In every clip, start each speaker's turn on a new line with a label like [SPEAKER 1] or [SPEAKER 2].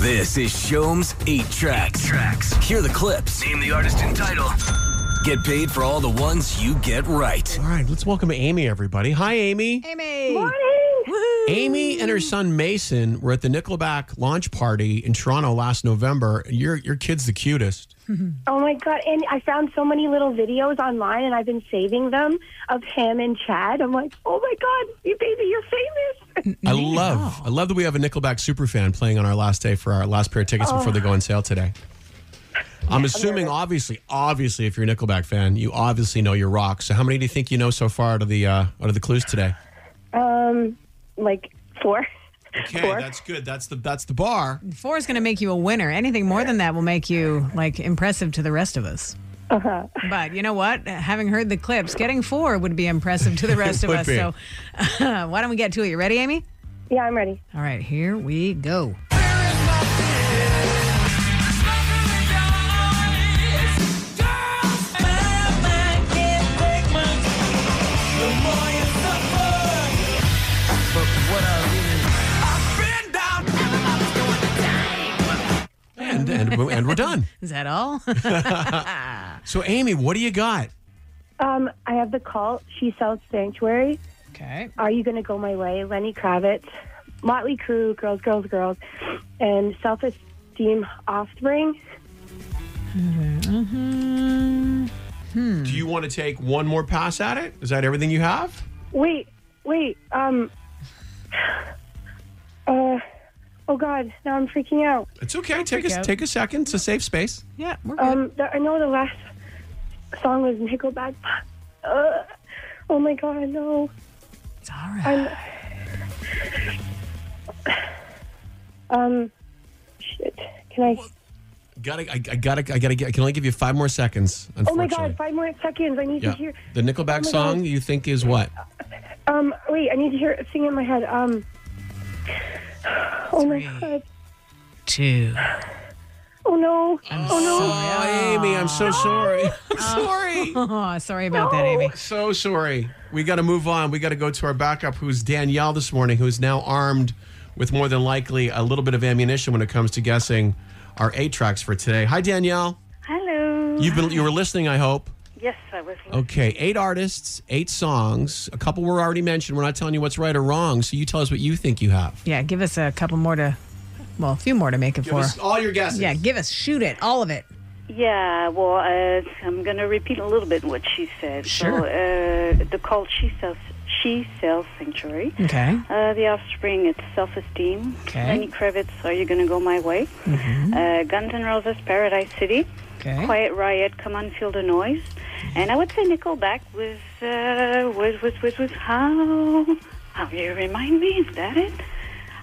[SPEAKER 1] This is Shome's 8 Tracks.
[SPEAKER 2] Tracks.
[SPEAKER 1] Hear the clips.
[SPEAKER 2] Name the artist and title.
[SPEAKER 1] Get paid for all the ones you get right.
[SPEAKER 3] All right, let's welcome Amy, everybody. Hi, Amy.
[SPEAKER 4] Amy.
[SPEAKER 3] Amy and her son Mason were at the Nickelback launch party in Toronto last November. Your your kid's the cutest.
[SPEAKER 5] Oh my god! And I found so many little videos online, and I've been saving them of him and Chad. I'm like, oh my god, you baby, you're famous.
[SPEAKER 3] I love I love that we have a Nickelback superfan playing on our last day for our last pair of tickets before they go on sale today. I'm assuming, obviously, obviously, if you're a Nickelback fan, you obviously know your rock. So, how many do you think you know so far out of the uh, out of the clues today?
[SPEAKER 5] um, like four.
[SPEAKER 3] Okay,
[SPEAKER 5] Four.
[SPEAKER 3] that's good. That's the that's the bar.
[SPEAKER 4] Four is going to make you a winner. Anything more than that will make you like impressive to the rest of us.
[SPEAKER 3] Uh-huh.
[SPEAKER 4] But you know what? Having heard the clips, getting four would be impressive to the rest of
[SPEAKER 3] would
[SPEAKER 4] us.
[SPEAKER 3] be.
[SPEAKER 4] So why don't we get to it? You ready, Amy?
[SPEAKER 5] Yeah, I'm ready.
[SPEAKER 4] All right, here we go.
[SPEAKER 3] And and, and we're done.
[SPEAKER 4] Is that all?
[SPEAKER 3] So, Amy, what do you got?
[SPEAKER 5] Um, I have the cult. She sells sanctuary.
[SPEAKER 4] okay.
[SPEAKER 5] Are you gonna go my way? Lenny Kravitz, Motley Crue, Girls, Girls, Girls, and Self Esteem Offspring.
[SPEAKER 3] Do you want to take one more pass at it? Is that everything you have?
[SPEAKER 5] Wait, wait. Um. Uh. Oh God! Now I'm freaking out.
[SPEAKER 3] It's okay. Take
[SPEAKER 4] out.
[SPEAKER 3] a take a second. It's a safe space.
[SPEAKER 4] Yeah, we're good.
[SPEAKER 5] Um, the, I know the last song was Nickelback. Uh, oh my god, no.
[SPEAKER 4] it's all right.
[SPEAKER 5] Um, shit. Can I?
[SPEAKER 3] Gotta, I, I gotta, I gotta. get- I can only give you five more seconds.
[SPEAKER 5] Oh my
[SPEAKER 3] Unfortunately.
[SPEAKER 5] god, five more seconds. I need
[SPEAKER 3] Yeah.
[SPEAKER 5] to hear.
[SPEAKER 3] The Nickelback
[SPEAKER 5] Oh my
[SPEAKER 3] song
[SPEAKER 5] God.
[SPEAKER 3] you think is what?
[SPEAKER 5] Um, wait, I need to hear it sing in my head. Um. Oh my
[SPEAKER 4] Three.
[SPEAKER 5] god.
[SPEAKER 4] Two.
[SPEAKER 5] Oh no. oh
[SPEAKER 3] Oh, Amy, I'm so sorry. I'm sorry.
[SPEAKER 4] Oh, sorry about that, Amy.
[SPEAKER 3] So sorry. We got to move on. We got to go to our backup, who's Danielle this morning, who's now armed with more than likely a little bit of ammunition when it comes to guessing our eight tracks for today. Hi, Danielle.
[SPEAKER 6] Hello.
[SPEAKER 3] You've been, you were listening, I hope.
[SPEAKER 6] Yes, I was.
[SPEAKER 3] Okay, eight artists, eight songs. A couple were already mentioned. We're not telling you what's right or wrong, so you tell us what you think you have.
[SPEAKER 4] Yeah, give us a couple more to, well, a few more to make it for.
[SPEAKER 3] all your guesses.
[SPEAKER 4] yeah, give us, shoot it, all of it.
[SPEAKER 6] Yeah, well, uh, I'm going to repeat a little bit what she said.
[SPEAKER 4] Sure.
[SPEAKER 6] So, uh, the cult she sells, she sells sanctuary.
[SPEAKER 4] Okay.
[SPEAKER 6] Uh, the offspring, it's self-esteem.
[SPEAKER 4] Okay. Mm-hmm.
[SPEAKER 6] Lenny Kravitz, are you going to go my way? Uh, Guns N' Roses, Paradise City.
[SPEAKER 4] Okay. Mm-hmm.
[SPEAKER 6] Quiet Riot, come on, feel the noise. And I would say Nickelback was uh, was was was was how how you remind me. Is that it?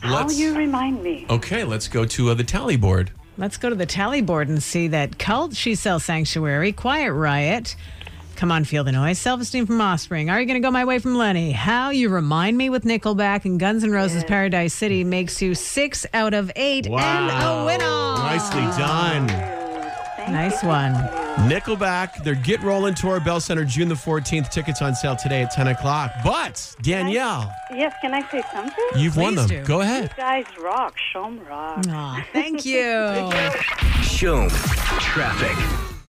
[SPEAKER 6] How
[SPEAKER 3] Let's-
[SPEAKER 6] you remind me.
[SPEAKER 3] Okay, let's go to uh, the tally board.
[SPEAKER 4] Let's go to the tally board and see that Cult, She Sells Sanctuary, Quiet Riot, Come On Feel the Noise, Self Esteem from Offspring, Are You Gonna Go My Way from Lenny, How You Remind Me with Nickelback, and Guns N' Roses Paradise City makes you six out of eight and a winner.
[SPEAKER 3] Nicely done.
[SPEAKER 4] Nice one.
[SPEAKER 3] Nickelback, their Get Rolling Tour, Bell Center, June the 14th. Tickets on sale today at 10 o'clock. But, Danielle,
[SPEAKER 6] Yes, can I say something?
[SPEAKER 3] you've won
[SPEAKER 4] Please
[SPEAKER 3] them.
[SPEAKER 4] do.
[SPEAKER 3] Go ahead.
[SPEAKER 6] guys rock, show 'em rock.
[SPEAKER 4] Aw, thank you.
[SPEAKER 1] Shome. Traffic.